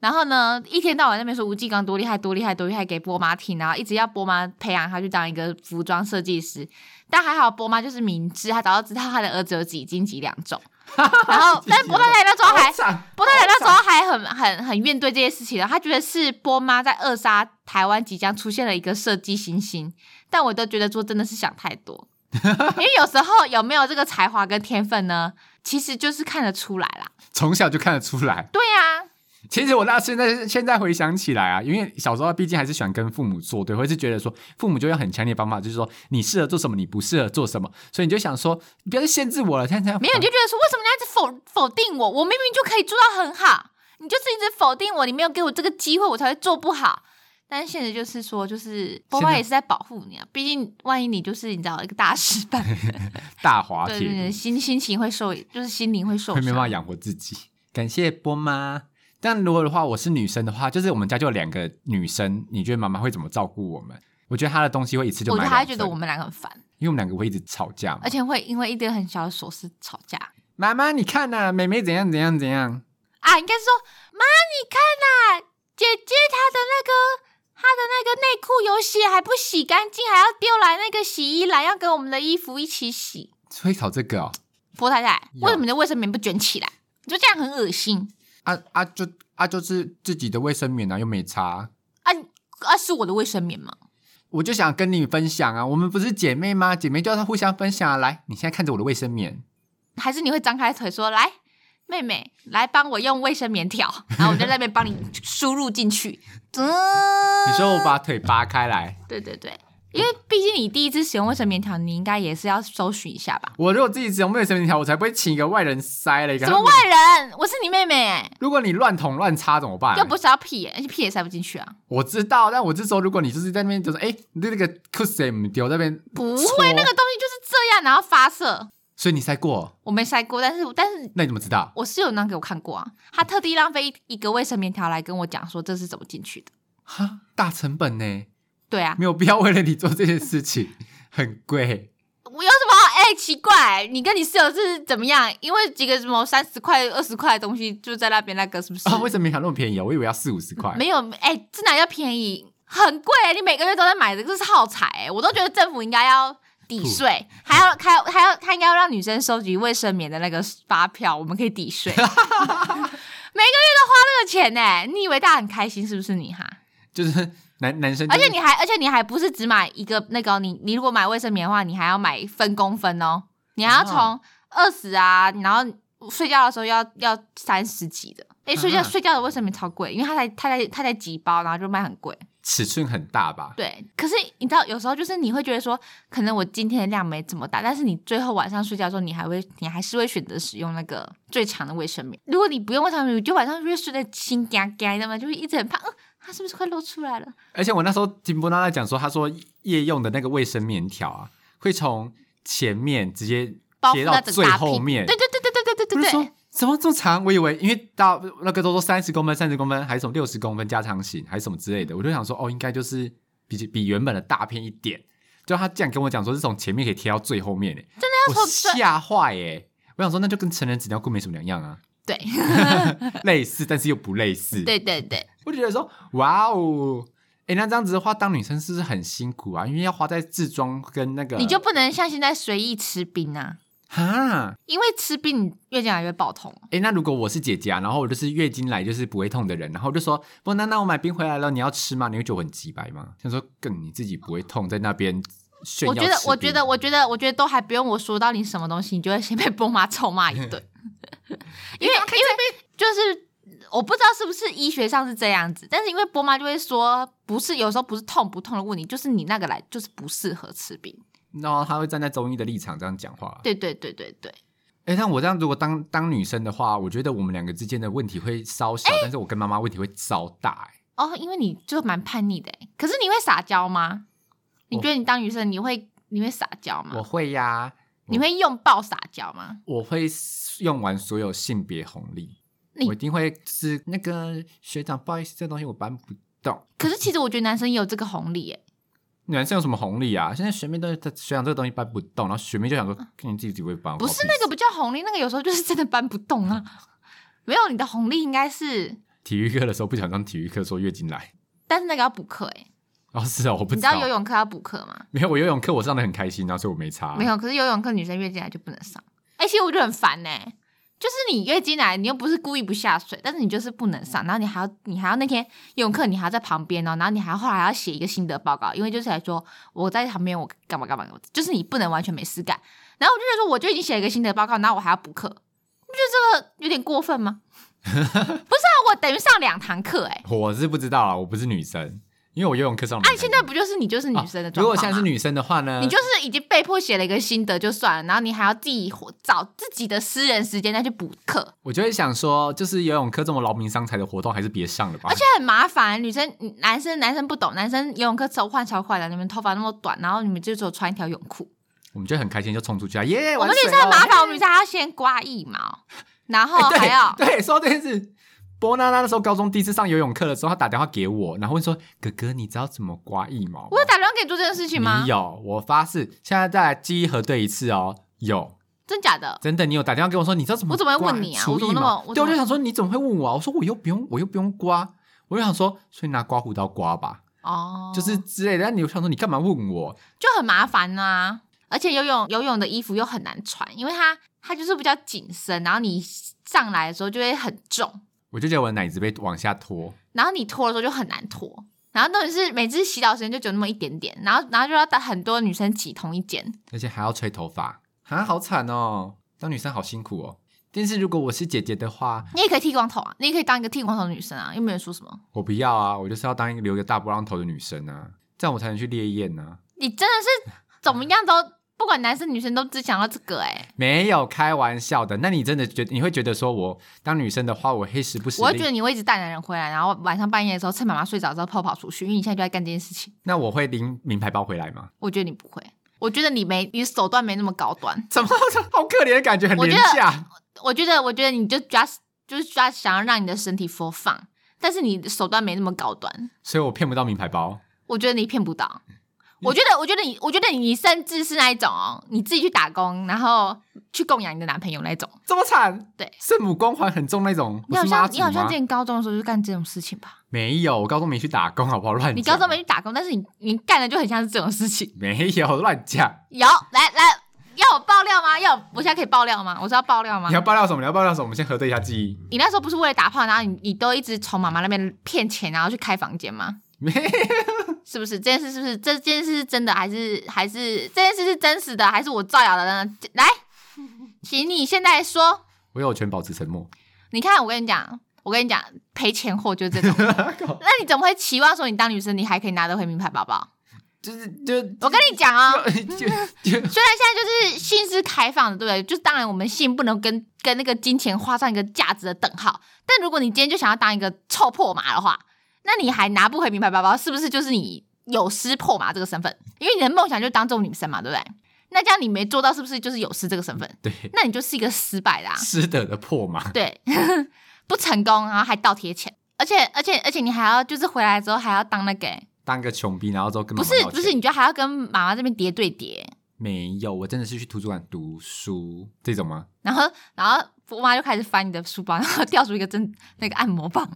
S1: 然后呢一天到晚在那边说吴继刚多厉害多厉害多厉害给波妈听，然后一直要波妈啊培养他去当一个服装设计师，但还好波妈就是明知，她早就知道她的儿子有几斤几两重，然 后但是波太太那时候还
S2: 好惨
S1: 波太太那时候还很很很怨对这些事情的，她觉得是波妈在扼杀台湾即将出现了一个设计新星，但我都觉得说真的是想太多， 因为有时候有没有这个才华跟天分呢，其实就是看得出来啦。
S2: 从小就看得出来。
S1: 对呀、
S2: 其实我那现在现在回想起来啊，因为小时候毕竟还是喜欢跟父母作对，或是觉得说父母就用很强烈的方法，就是说你适合做什么，你不适合做什么，所以你就想说你不要再限制我了。现在
S1: 没有你就觉得说为什么你要一直否否定我？我明明就可以做到很好，你就是一直否定我，你没有给我这个机会，我才会做不好。但是现实就是说，就是波妈
S2: 现在
S1: 也是在保护你啊，毕竟万一你就是你知道一个大失败，
S2: 大滑
S1: 对
S2: 铁
S1: 对对，
S2: 卢，
S1: 心心情会受，就是心灵会受
S2: 会没办法
S1: 伤。
S2: 养活自己。 感谢波妈。但如果的话，我是女生的话，就是我们家就有两个女生，你觉得妈妈会怎么照顾我们？我觉得她的东西会一次就
S1: 我
S2: 买
S1: 觉得
S2: 两
S1: 他
S2: 份，嗯
S1: 会觉得我们两个很烦，
S2: 因为我们两个会一直吵架嘛
S1: 而。且会因为一点很小的琐事吵架
S2: 妈妈，你看呐、妹妹怎样怎样怎样，
S1: 啊。应该是说，妈，你看呐、姐姐她的那个她的那个内裤有血，还不洗干净，还要丢来那个洗衣篮，要跟我们的衣服一起洗。
S2: 会吵这个哦。
S1: 波太太，
S2: 有
S1: 为什么你的卫生棉不卷起来？你就这样很恶心
S2: 啊啊就啊就是自己的卫生棉啊，又没擦。
S1: 啊你啊！是我的卫生棉吗？
S2: 我就想跟你分享啊，我们不是姐妹吗？姐妹就要互相分享啊。来，你现在看着我的卫生棉，
S1: 还是你会张开腿说：“来，妹妹，来帮我用卫生棉条，然后我就在那边帮你输入进去。”嗯，
S2: 你说我把腿扒开来，
S1: 对对对，因为毕竟你第一次使用卫生棉条，你应该也是要搜寻一下吧？
S2: 我如果自己使用卫生棉条，我才不会请一个外人塞了一个。
S1: 什么外人？我是你妹妹、欸，
S2: 如果你乱捅乱插怎么办？
S1: 又不是要屁、欸，而且屁也塞不进去啊！
S2: 我知道，但我是说，如果你就是在那边就是哎，你那个 cushion 丢在那边，
S1: 不
S2: 搓
S1: 会，那个东西就是这样，然后发射。
S2: 所以你塞过，
S1: 我没塞过，但是但是
S2: 那你怎么知道？
S1: 我室友拿给我看过啊，他特地浪费一一个卫生棉条来跟我讲说这是怎么进去的。
S2: 哈，大成本呢，
S1: 对啊，
S2: 没有必要为了你做这件事情， 很贵。
S1: 我有什么好？哎、奇怪，你跟你室友是怎么样？因为几个什么三十块、二十块的东西就在那边那个是不是？
S2: 啊、为什么棉条那么便宜啊？我以为要四五十块。
S1: 没有，哎、这哪叫便宜？很贵、你每个月都在买的，这是耗材、哎我都觉得政府应该要抵税，还要开还要他应该要让女生收集卫生棉的那个发票，我们可以抵 税。每个月都花那个钱呢、哎你以为大家很开心是不是你哈？
S2: 就是男男生、就
S1: 而
S2: 是，
S1: 且你还而且你还不是只买一个那个哦、你你如果买卫生棉的话，你还要买分公分哦，你还要从二十啊，然后睡觉的时候要要三十几的。哎、睡觉、
S2: 啊
S1: 睡觉的卫生棉超贵，因为它才它才它才几包，然后就卖很贵。
S2: 尺寸很大吧？
S1: 对，可是你知道，有时候就是你会觉得说，可能我今天的量没怎么大，但是你最后晚上睡觉的时候，你还会，你还是会选择使用那个最长的卫生棉。如果你不用卫生棉，你就晚上就会睡得心嘎嘎的嘛，就会一直很怕，嗯，它是不是快露出来了？
S2: 而且我那时候听波娜娜讲说，她说夜用的那个卫生棉条啊，会从前面直接
S1: 包
S2: 贴
S1: 覆
S2: 到
S1: 那整
S2: 最
S1: 大
S2: 后
S1: 片
S2: 面。
S1: 对对对对对对
S2: 我
S1: 对
S2: 就
S1: 对
S2: 说
S1: 对，
S2: 怎么这么长？我以为因为到那个都说三十公分、三十公分，还是什么六十公分加长型，还是什么之类的，我就想说哦，应该就是比起比原本的大片一点。就他这样跟我讲说，是从前面可以贴到最后面诶，真的
S1: 要从
S2: 我吓坏耶！我想说，那就跟成人纸尿裤没什么两样啊，
S1: 对
S2: 类似但是又不类似。
S1: 对 对对，
S2: 我就觉得说，哇哦，哎，那这样子的话，当女生是不是很辛苦啊？因为要花在自装跟那个，
S1: 你就不能像现在随意吃冰啊？
S2: 哈，
S1: 因为吃冰越讲越爆痛。
S2: 哎，那如果我是姐姐啊，然后我就是月经来就是不会痛的人，然后我就说，不，那那我买冰回来了，你要吃吗？你会觉得我很鸡白吗？想说，更你自己不会痛，在那边炫耀
S1: 我觉得
S2: 吃，
S1: 我
S2: 冰
S1: 觉得，我觉得，我觉得都还不用我说到你什么东西，你就会先被波妈臭骂一 顿，因为因为就是。我不知道是不是医学上是这样子，但是因为波妈就会说，不是有时候不是痛不痛的问题，就是你那个来就是不适合吃冰。
S2: 然后他会站在中医的立场这样讲话。
S1: 对对对对对，
S2: 哎，但我这样如果当当女生的话，我觉得我们两个之间的问题会稍小，但是我跟妈妈问题会稍大。哎，
S1: 哦，因为你就蛮叛逆的欸，可是你会撒娇吗？你
S2: 我
S1: 觉得你当女生你会你会撒娇
S2: 我
S1: 吗？
S2: 会呀，
S1: 你会用爆撒娇吗？
S2: 我会用完所有性别红利，
S1: 你
S2: 我一定会是那个学长，不好意思，这东西我搬不动。
S1: 可是其实我觉得男生也有这个红利欸耶，
S2: 男生有什么红利啊？现在学妹都学长这个东西搬不动，然后学妹就想说，你自己不会搬，
S1: 嗯不是那个
S2: 个
S1: 不叫红利，那个有时候就是真的搬不动啊。没有你的红利应该是，
S2: 体育课的时候不想上体育课，说月经来。
S1: 但是那个要补课哎，
S2: 哦，是啊，我不
S1: 你知道游泳课要补课吗？
S2: 没有，我游泳课我上的很开心啊，所以我没差。
S1: 没有，可是游泳课女生月经来就不能上。哎、其实我觉得很烦呢、就是你月经来，你又不是故意不下水，但是你就是不能上，然后你还要你还要那天游泳课你还要在旁边哦，然后你还要后来还要写一个心得报告，因为就是来说我在旁边我干嘛干嘛，就是你不能完全没事干。然后我就觉得说我就已经写了一个心得报告，然后我还要补课，你不觉得这个有点过分 吗？不是啊，我等于上两堂课哎、
S2: 我是不知道啊，我不是女生，因为我游泳课上的
S1: 哎、
S2: 很开心。
S1: 现在不就是你就是女生的
S2: 啊
S1: 状况、
S2: 如
S1: 吗？
S2: 果我现在是女生的话呢？
S1: 你就是已经被迫写了一个心得就算了，然后你还要自己活找自己的私人时间再去补课，
S2: 我就会想说，就是游泳课这么劳民伤财的活动，还是别上了吧。
S1: 而且很麻烦。女生、男生、男生不懂，男生游泳课走换超快的，你们头发那么短，然后你们就只有穿一条泳裤。
S2: 我们就很开心，就冲出去啊，耶！
S1: 我们
S2: 玩水
S1: 女生很
S2: 了
S1: 麻烦，我们女生还要先刮腋毛，然后
S2: 哎
S1: 哦还要。
S2: 对对，说到这件事，波娜娜那时候高中第一次上游泳课的时候，她打电话给我，然后问说：“哥哥，你知道怎么刮腋毛吗？”
S1: 我有打电话给你做这件事情吗
S2: 你？有，我发誓，现在再来记忆核对一次哦。有，
S1: 真假的？
S2: 真的，你有打电话给我说，你知道怎么
S1: 我怎么会问你啊
S2: 刮除
S1: 我怎么那
S2: 腋毛
S1: 么我
S2: 对，
S1: 怎
S2: 我
S1: 么
S2: 就想说你怎么会问我啊？我说我又不用，我又不用刮，我就想说，所以拿刮胡刀刮吧，
S1: 哦，
S2: 就是之类的。但你又想说你干嘛问我？
S1: 就很麻烦呐、而且游泳游泳的衣服又很难穿，因为它它就是比较紧身，然后你上来的时候就会很重。
S2: 我就觉得我的奶子被往下拖，
S1: 然后你拖的时候就很难拖。然后到底是每次洗澡时间就只有那么一点点，然后然后就要带很多女生挤同一间，
S2: 而且还要吹头发，啊，好惨哦！当女生好辛苦哦。但是如果我是姐姐的话，
S1: 你也可以剃光头啊，你也可以当一个剃光头的女生啊，又没有说什么。
S2: 我不要啊，我就是要当一个留一个大波浪头的女生啊，这样我才能去烈焰啊。
S1: 你真的是怎么样都不管男生女生都只想到这个哎、
S2: 没有开玩笑的，那你真的觉得你会觉得说我当女生的话，我会时不时
S1: 我会
S2: 地
S1: 觉得你会一直带男人回来，然后晚上半夜的时候趁妈妈睡着之后跑跑出去，因为你现在就在干这件事情。
S2: 那我会拎名牌包回来吗？
S1: 我觉得你不会，我觉得你没你手段没那么高端，
S2: 怎么好可怜的感觉，很
S1: 我
S2: 廉
S1: 觉得
S2: 价。
S1: 我觉得我觉得你就主要就是主要想要让你的身体 for fun，但是你的手段没那么高端。
S2: 所以我骗不到名牌包。
S1: 我觉得你骗不到。我觉得，我觉得你，我觉得你甚至是那一种哦，你自己去打工，然后去供养你的男朋友那一种。
S2: 这么惨，
S1: 对
S2: 圣母光环很重那种。
S1: 你
S2: 我
S1: 好
S2: 是妈
S1: 像，
S2: 祖
S1: 你好像
S2: 吗
S1: 之前高中的时候就干这种事情吧？
S2: 没有，我高中没去打工，好不好？乱讲
S1: 你高中没去打工，但是你你干的就很像是这种事情。
S2: 没有乱讲？
S1: 有，来来，要我爆料吗？要我我现在可以爆料吗？我是要爆料吗
S2: 你？要爆料什么？你要爆料什么？我们先核对一下记忆。
S1: 你那时候不是为了打炮，然后你你都一直从妈妈那边骗钱，然后去开房间吗？
S2: 没
S1: 是不是这件事？是不是这件事是真的，还是还是这件事是真实的，还是我造谣的呢？来，请你现在说。
S2: 我有权保持沉默。
S1: 你看，我跟你讲，我跟你讲，赔钱货就是这种。 那你怎么会期望说你当女生你还可以拿得回名牌包包？
S2: 就是就
S1: 我跟你讲 哦，
S2: 就就就
S1: 虽然现在就是性是开放的，对不对？就是当然我们性不能跟跟那个金钱画上一个价值的等号。但如果你今天就想要当一个臭破马的话，那你还拿不回名牌包包，是不是就是你有失破马这个身份？因为你的梦想就是当这种女生嘛，对不对？那这样你没做到，是不是就是有失这个身份？
S2: 对，
S1: 那你就是一个失败的、啊。
S2: 师德的破嘛。
S1: 对， 不成功，然后还倒贴钱，而且而且而且你还要就是回来之后还要当那个欸、
S2: 当个穷逼，然后之后跟妈
S1: 不
S2: 妈
S1: 是
S2: 要
S1: 不是，
S2: 钱
S1: 你觉得还要跟妈妈这边叠对叠，
S2: 没有，我真的是去图书馆读书这 种吗？
S1: 然后然后我妈就开始翻你的书包，然后 掉出一个真那个按摩棒。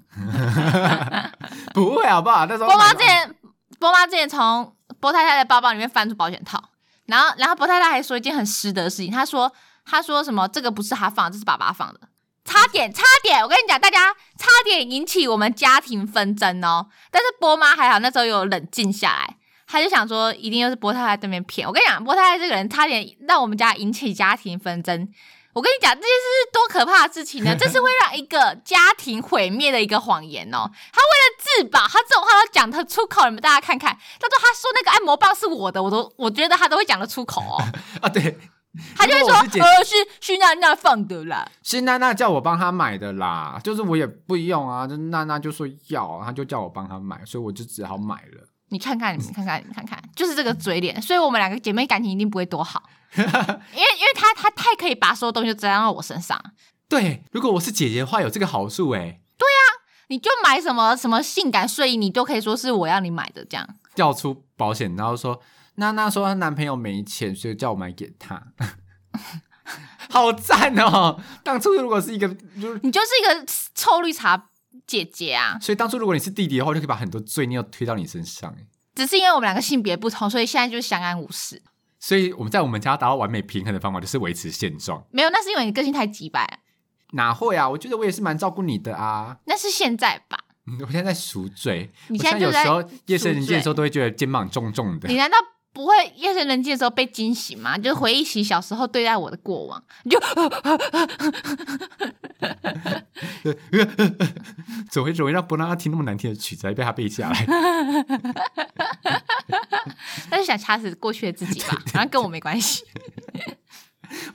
S2: 不会好不好？那时候
S1: 波妈之前波妈之前从波太太的包包里面翻出保险套，然后然后波太太还说一件很失德的事情，她说他说什么这个不是他放的，这是爸爸放的，差点差点，我跟你讲，大家差点引起我们家庭纷争哦。但是波妈还好，那时候有冷静下来，她就想说一定又是波太太这边骗。我跟你讲，波太太这个人差点让我们家引起家庭纷争。我跟你讲，这件事是多可怕的事情呢！这是会让一个家庭毁灭的一个谎言哦。他为了自保，他这种话都讲得出口，你们大家看看。他说他说那个按摩棒是我的，我都我觉得他都会讲得出口 哦。
S2: 啊，对，
S1: 他就会
S2: 如
S1: 说
S2: 果我是姐
S1: 呃是是娜娜放的啦。
S2: 是娜娜叫我帮她买的啦，就是我也不用啊，就是娜娜就说要，啊她就叫我帮她买，所以我就只好买了。
S1: 你看看，你们看看，你们看看，就是这个嘴脸，所以我们两个姐妹感情一定不会多好， 因为因为她她太可以把所有东西都粘到我身上，
S2: 对，如果我是姐姐的话，有这个好处哎，
S1: 你就买什么什么性感睡衣，你都可以说是我要你买的这样，
S2: 叫出保险，然后说娜娜说她男朋友没钱，所以叫我买给她。 好赞哦！当初如果是一个，就是
S1: 你就是一个臭绿茶姐姐啊！
S2: 所以当初如果你是弟弟的话，我就可以把很多罪孽都推到你身上哎。
S1: 只是因为我们两个性别不同，所以现在就是相安无事。
S2: 所以我们在我们家达到完美平衡的方法就是维持现状。
S1: 没有，那是因为你个性太急白了，
S2: 哪会啊？我觉得我也是蛮照顾你的啊。
S1: 那是现在吧？
S2: 嗯我现在在赎罪，
S1: 你
S2: 我
S1: 现在
S2: 现在有
S1: 就在
S2: 时候夜深人
S1: 赎
S2: 静
S1: 罪
S2: 的时候都会觉得肩膀重重的
S1: 你。难道不会夜深人静的时候被惊醒吗？就是回忆起小时候对待我的过往， 你就
S2: 怎么会怎么会让波拉听那么难听的曲子，还被他背 下来？
S1: 那就想掐死过去的自己 吧，好像跟我没关系。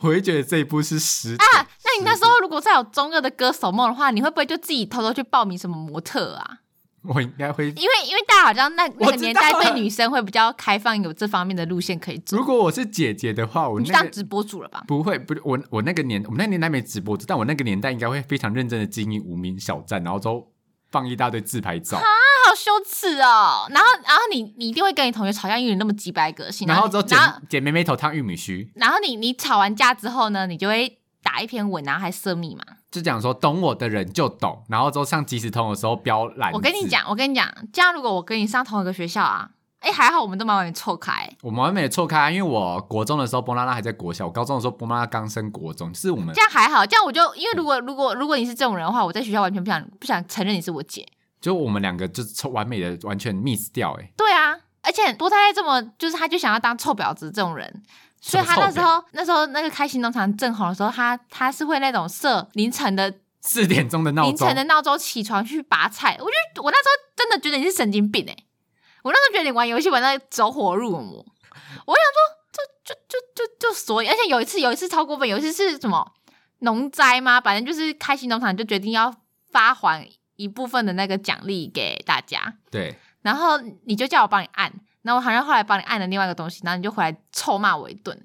S2: 我会觉得这一部是失
S1: 啊，那你那时候如果再有中二的歌手梦的话，你会不会就自己偷偷去报名什么模特啊？
S2: 我应该会。
S1: 因为因为大家好像那那
S2: 我
S1: 个
S2: 知
S1: 年代
S2: 道了
S1: 对女生会比较开放，有这方面的路线可以走，
S2: 如果我是姐姐的话，我
S1: 你就
S2: 那
S1: 当
S2: 个
S1: 直播主了吧？
S2: 不会，不是我我那个年我们那个年代没直播，但我那个年代应该会非常认真的经营无名小站，然后都放一大堆自拍照，
S1: 那好羞耻哦！然后然后你你一定会跟你同学吵架，因为你那么几百个性，
S2: 然后之后剪
S1: 然后
S2: 剪妹妹头烫玉米须，
S1: 然后你你吵完架之后呢，你就会打一篇文，然后还设密码。
S2: 就讲说懂我的人就懂，然后之后上即时通的时候标蓝。
S1: 我跟你，讲，我跟你讲，这样如果我跟你上同一个学校啊，哎，还好我们都蛮完美错开。
S2: 我们完美的错开，因为我国中的时候波拉拉还在国小，我高中的时候波拉拉刚升国中，就是我们
S1: 这样还好，这样我就因为如果如果如果你是这种人的话，我在学校完全不想不想承认你是我姐。
S2: 就我们两个就是完美的完全 miss 掉、欸，哎，
S1: 对啊，而且波太太这么就是，她就想要当臭婊子这种人，所以她
S2: 什么
S1: 那时
S2: 臭婊
S1: 候那时候那个开心农场正红的时候，她她是会那种设凌晨的
S2: 四点钟的闹
S1: 凌
S2: 钟
S1: 晨，的闹钟起床去拔菜，我就我那时候真的觉得你是神经病哎、我那时候觉得你玩游戏玩到走火入魔，我想说就就就就就所以，而且有一次有一次超过分，有一次是什么农灾吗？反正就是开心农场就决定要发还一部分的那个奖励给大家，
S2: 对，
S1: 然后你就叫我帮你按，然后我好像后来帮你按了另外一个东西，然后你就回来臭骂我一顿、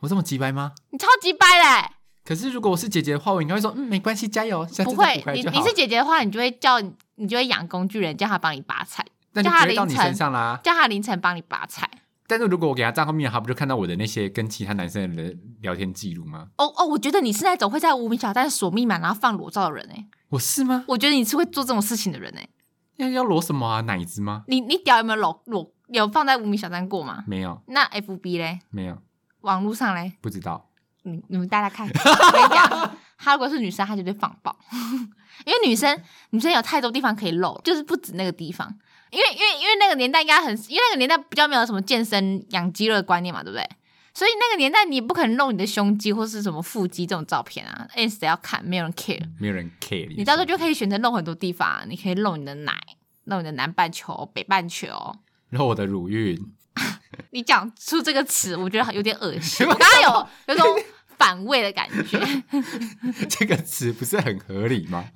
S2: 我这么急白吗？
S1: 你超级掰嘞、欸
S2: 可是如果我是姐姐的话，我应该会说，嗯，没关系，加油，下次
S1: 不
S2: 再
S1: 会
S2: 补，回来
S1: 你
S2: 就
S1: 你
S2: 好。
S1: 是姐姐的话，你就会叫你就会养工具人，叫他帮你拔菜。
S2: 那就
S1: 叫
S2: 不
S1: 他
S2: 会到你
S1: 凌晨
S2: 身上啦。
S1: 叫他凌晨帮你拔菜。
S2: 但是如果我给他站后面，他不就看到我的那些跟其他男生的聊天记录吗？
S1: 哦哦，我觉得你是那种会在无名小站锁密码然后放裸照的人哎、
S2: 我是吗？
S1: 我觉得你是会做这种事情的人哎、
S2: 要要裸什么啊？奶子吗？
S1: 你你屌有没有裸裸有放在无名小站过吗？
S2: 没有，
S1: 那 FB 嘞，
S2: 没有，
S1: 网络上嘞，
S2: 不知道。
S1: 你你们大家看，我 跟你讲，她如果是女生，她绝对放爆， 因为女生女生有太多地方可以露，就是不止那个地方。因为因为因为那个年代应该很，因为那个年代比较没有什么健身养肌肉的观念嘛，对不对？所以那个年代你也不可能露你的胸肌或是什么腹肌这种照片啊，哎，谁要看？没有人 care。
S2: 没有人 care
S1: 你到时候就可以选择露很多地方啊，你可以露你的奶，露你的南半球、北半球。
S2: 然后我的乳晕，
S1: 你讲出这个词，我觉得有点恶心，我刚刚有有种反胃的感觉，但是你
S2: 这个词不是很合理吗？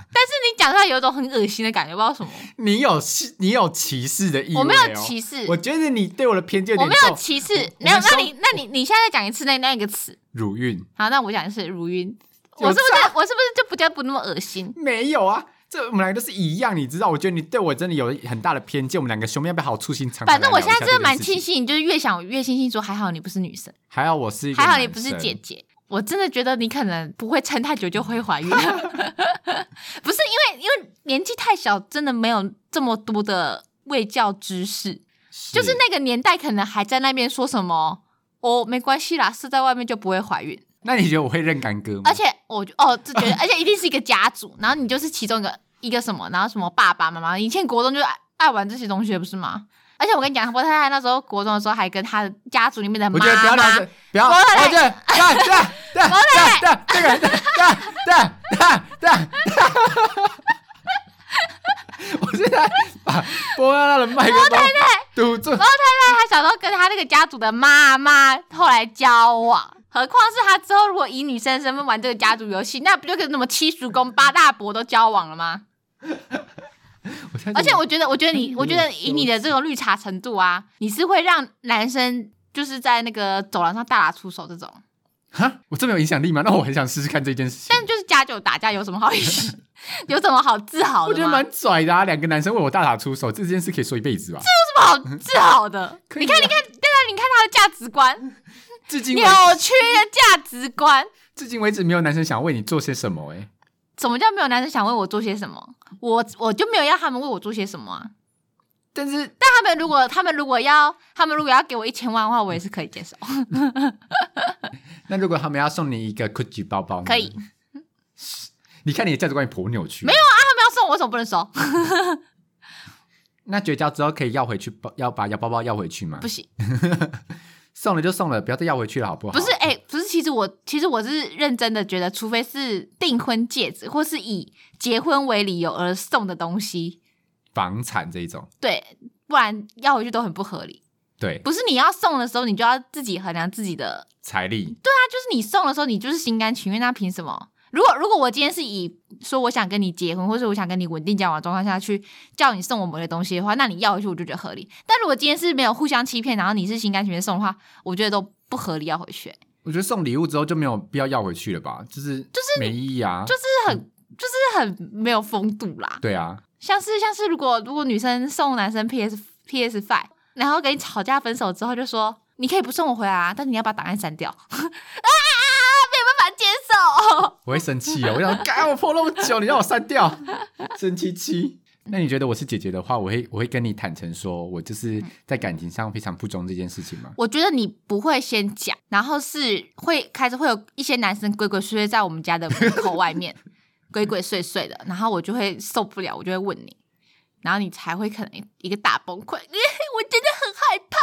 S1: 讲出来有一种很恶心的感觉，不知道什么。
S2: 你有是你有歧视的意味、哦？
S1: 我没有歧视，
S2: 我觉得你对我的偏见有
S1: 我
S2: 点
S1: 没有
S2: 重。
S1: 歧视，
S2: 我
S1: 没有。
S2: 我们
S1: 那
S2: 说
S1: 你那你你现在讲一次那那一个词，
S2: 乳晕
S1: 好，那我讲的是如晕，
S2: 有
S1: 我是不是我是不是就比较不那么恶心？
S2: 没有啊，这我们两个都是一样，你知道？我觉得你对我真的有很大的偏见。我们两个兄妹要不要好好处心长谈
S1: 反
S2: 来
S1: 正
S2: 聊
S1: 我
S2: 一下
S1: 现
S2: 这
S1: 在
S2: 件事情？
S1: 真的蛮庆幸，就是越想我越庆幸，说还好你不是女生，
S2: 还好我是一个
S1: 还好你
S2: 男
S1: 不是
S2: 生
S1: 姐姐。我真的觉得你可能不会撑太久就会怀孕，不 是因为因为年纪太小，真的没有这么多的卫教知识。就是那个年代，可能还在那边说什么哦，没关系啦，是在外面就不会怀孕。
S2: 那你觉得我会认干哥吗？
S1: 而且我就哦，就觉得，而且一定是一个家族，然后你就是其中一个一个什么，然后什么爸爸妈妈，以前国中就爱爱玩这些东西，不是吗？而且我跟你讲，郭太太那时候国中的时候，还跟她的家族里面的
S2: 我
S1: 妈
S2: 觉得不要聊
S1: 妈
S2: 这，不要，
S1: 妈妈
S2: 我觉得对对对对对，这个人对对对对 对，我现在把波拉拉的麦克风堵住，
S1: 但她小时候跟她那个家族的妈妈后来交往，何况是她之后如果以女生身份玩这个家族游戏，那不就跟什么七叔公八大伯都交往了吗？
S2: 我现在
S1: 而且我觉得，我觉得你，我觉得以你
S2: 有
S1: 的这种绿茶程度啊，你是会让男生就是在那个走廊上大打出手这种。
S2: 哈，我这么有影响力吗？那我很想试试看这件事情
S1: 但。就是家酒打架有什么好意思？ 有什么好自豪的
S2: 我觉得
S1: 吗？
S2: 蛮拽的啊！两个男生为我大打出手，这件事可以说一辈子吧。
S1: 有什么好自豪 的？
S2: 可以
S1: 你看，
S2: 啊
S1: 你看，对啊，你看他的价值 观，
S2: 至今
S1: 扭
S2: 为
S1: 曲的价值观。
S2: 至今为止，没有男生想为你做些什么、欸。
S1: 什么叫没有男生想为我做些什么？我我就没有要他们为我做些什么啊。
S2: 但是
S1: 但他们如果他们如果要他们如果要给我一千万的话，我也是可以接受。
S2: 那如果他们要送你一个 Gucci 包包，
S1: 可以。
S2: 你看你的价值观有多扭曲。没有。啊
S1: 他们要送我，为什么不能收？
S2: 那绝交之后可以要回去包，要把要包包要回去吗？
S1: 不行，
S2: 送了就送了，不要再要回去了，好不好？
S1: 不是，哎、不是。其实我其实我是认真的，觉得除非是订婚戒指，或是以结婚为理由而送的东西，
S2: 房产这一种，
S1: 对，不然要回去都很不合理。
S2: 对，
S1: 不是你要送的时候，你就要自己衡量自己的。
S2: 财力，
S1: 那就是你送的时候，你就是心甘情愿，那凭什么？如果如果我今天是以说我想跟你结婚，或者我想跟你稳定交往的状况下去叫你送我某些东西的话，那你要回去我就觉得合理。但如果今天是没有互相欺骗，然后你是心甘情愿送的话，我觉得都不合理，要回去
S2: 我觉得送礼物之后就没有必要要回去了吧？就是就是没意义啊，
S1: 就是很就是很没有风度啦。
S2: 对啊，
S1: 像是像是如果如果女生送男生 PS PS Five，然后跟你吵架分手之后就说你可以不送我回来啊，但你要把档案删掉 啊，没有办法接受。
S2: 我会生气哦，我想，干我破那么久，你让我删掉， 生气气。那你觉得我是姐姐的话，我会我会跟你坦诚说，我就是
S1: 嗯
S2: 在感情上非常不忠这件事情吗？
S1: 我觉得你不会先讲，然后是会开始会有一些男生鬼鬼祟祟在我们家的门口外面鬼鬼祟祟的，然后我就会受不了，我就会问你。然后你才会可能一个大崩溃， 我真的很害怕，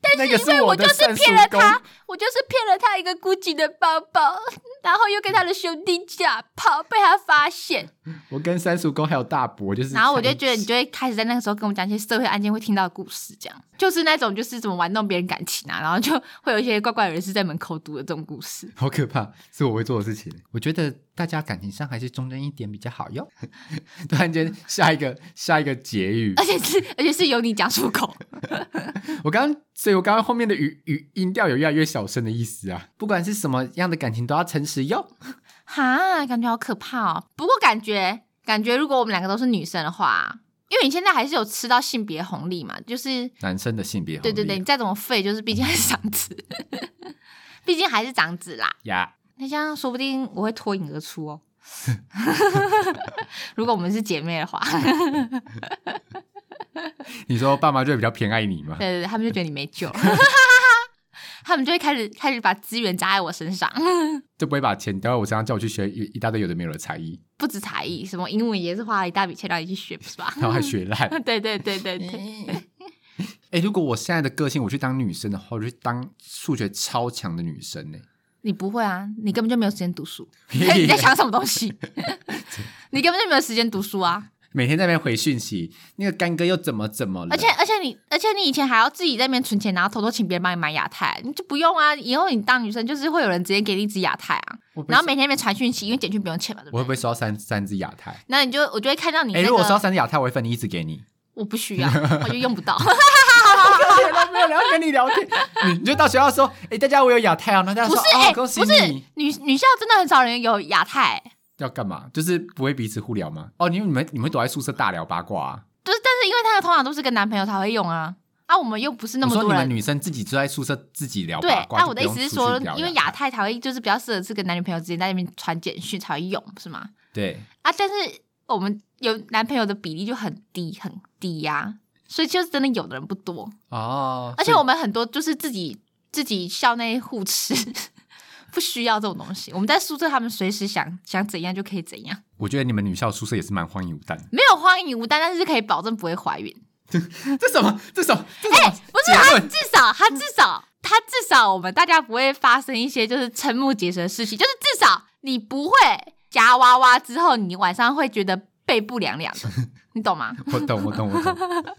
S1: 但
S2: 那个
S1: 是
S2: 是
S1: 因为
S2: 我
S1: 我
S2: 的
S1: 就是
S2: 三
S1: 骗
S2: 叔
S1: 了
S2: 公
S1: 他，我就是骗了他一个 GUCCI 的包包， 然后又跟他的兄弟假跑，被他发现，
S2: 我跟三叔公还有大伯就是，
S1: 然后我就觉得你就会开始在那个时候跟我讲一些社会案件会听到的故事，这样就是那种就是怎么玩弄别人感情啊，然后就 会有一些怪怪的人是在门口读的这种故事。
S2: 好可怕，是我会做的事情。我觉得大家感情上还是忠贞一点比较好哟。 突然间，下一个下一个结语
S1: 而，且是而且是由你讲出口，
S2: 我刚刚，所以我刚刚后面的语语音调有越来越小声的意思啊。不管是什么样的感情，都要诚实哟。
S1: 哈，感觉好可怕哦。不过感觉感觉如果我们两个都是女生的话，因为你现在还是有吃到性别红利嘛，就是
S2: 男生的性别红
S1: 对
S2: 利
S1: 对对，你再怎么废，就是毕竟还是长子， 毕竟还是长子啦。
S2: 呀，
S1: 那这样说不定我会脱颖而出 哦。如果我们是姐妹的话，
S2: 你说爸妈就会比较偏爱你吗？
S1: 对对对，他们就觉得你没 救了，他们就会开始开始把资源砸在我身上，
S2: 就不会把钱丢在我身上，叫我去学一一大堆有的没有的才艺，
S1: 不止才艺，什么英文也是花了一大笔钱让你去学，不是吧？
S2: 然后还学烂。
S1: 对对对对对，
S2: 哎、如果我现在的个性，我去当女生的话，我去当数学超强的女生呢、
S1: 你不会啊，你根本就没有时间读书，
S2: 屁
S1: 你在想什么东西？ 你根本就没有时间读书啊！
S2: 每天在那边回讯息，那个干哥又怎么怎么了？
S1: 而且而且你而且你以前还要自己在那边存钱，然后偷偷请别人帮你买亚太，你就不用啊！以后你当女生就是会有人直接给你一支亚太啊，
S2: 我会不会
S1: 然后每天在那边传讯息，因为简讯不用钱嘛，对不
S2: 我会
S1: 对
S2: 不？会收到三三只亚太？
S1: 那你就我就会看到你
S2: 哎、
S1: 那个，
S2: 如果收到三只亚太，我会分你一只 给你。
S1: 我不需要，我就用不 到。
S2: 没有人要跟你聊天，你你就到学校说，哎、大家我有亚太啊，然后大家
S1: 不
S2: 说，
S1: 是
S2: 哦
S1: 哎、
S2: 恭喜
S1: 不是
S2: 你。
S1: 女女校真的很少人有亚太、
S2: 要干嘛？就是不会彼此互聊吗？哦，因为你们你们躲在宿舍大聊八卦啊。
S1: 就是但是因为他们通常都是跟男朋友才会用啊，啊我们又不是那
S2: 我
S1: 么
S2: 说你
S1: 多
S2: 们
S1: 人。
S2: 女生自己就在宿舍自己聊
S1: 对
S2: 八，卦。
S1: 那
S2: 就
S1: 我的意
S2: 不用
S1: 思是
S2: 出
S1: 说
S2: 去聊，
S1: 因为
S2: 聊
S1: 亚太才会就是比较适合是跟男女朋友之间在那边传简讯才会用，是吗？
S2: 对，
S1: 啊，但是我们有男朋友的比例就很低很低呀、所以就是真的有的人不多，
S2: 哦，
S1: 而且
S2: 所以
S1: 我们很多就是自己自己校内互吃， 不需要这种东西。我们在宿舍，他们随时想想怎样就可以怎样，
S2: 我觉得你们女校宿舍也是蛮荒淫无淡的。
S1: 没有荒淫无单，但是可以保证不会怀孕。哎
S2: 这什么？这什么？这什么？
S1: 不是啊
S2: 结
S1: 他
S2: 论
S1: 至少他至少他至少我们大家不会发生一些就是瞠目结舌的事情，就是至少你不会夹娃娃之后，你晚上会觉得背部凉 凉的，你懂吗？
S2: 我懂，我懂，我懂。